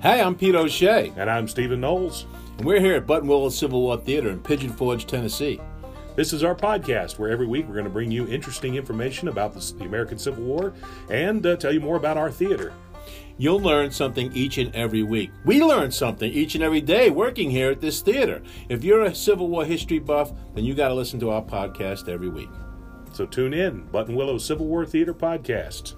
Hey, I'm Pete O'Shea, And I'm Stephen Knowles. and we're here at Button Willis Civil War Theater in Pigeon Forge, Tennessee. This is our podcast where every week we're going to bring you interesting information about this, the American Civil War and uh, tell you more about our theater. You'll learn something each and every week. We learn something each and every day working here at this theater. If you're a Civil War history buff, then you got to listen to our podcast every week. So tune in, Button Willow Civil War Theater Podcast.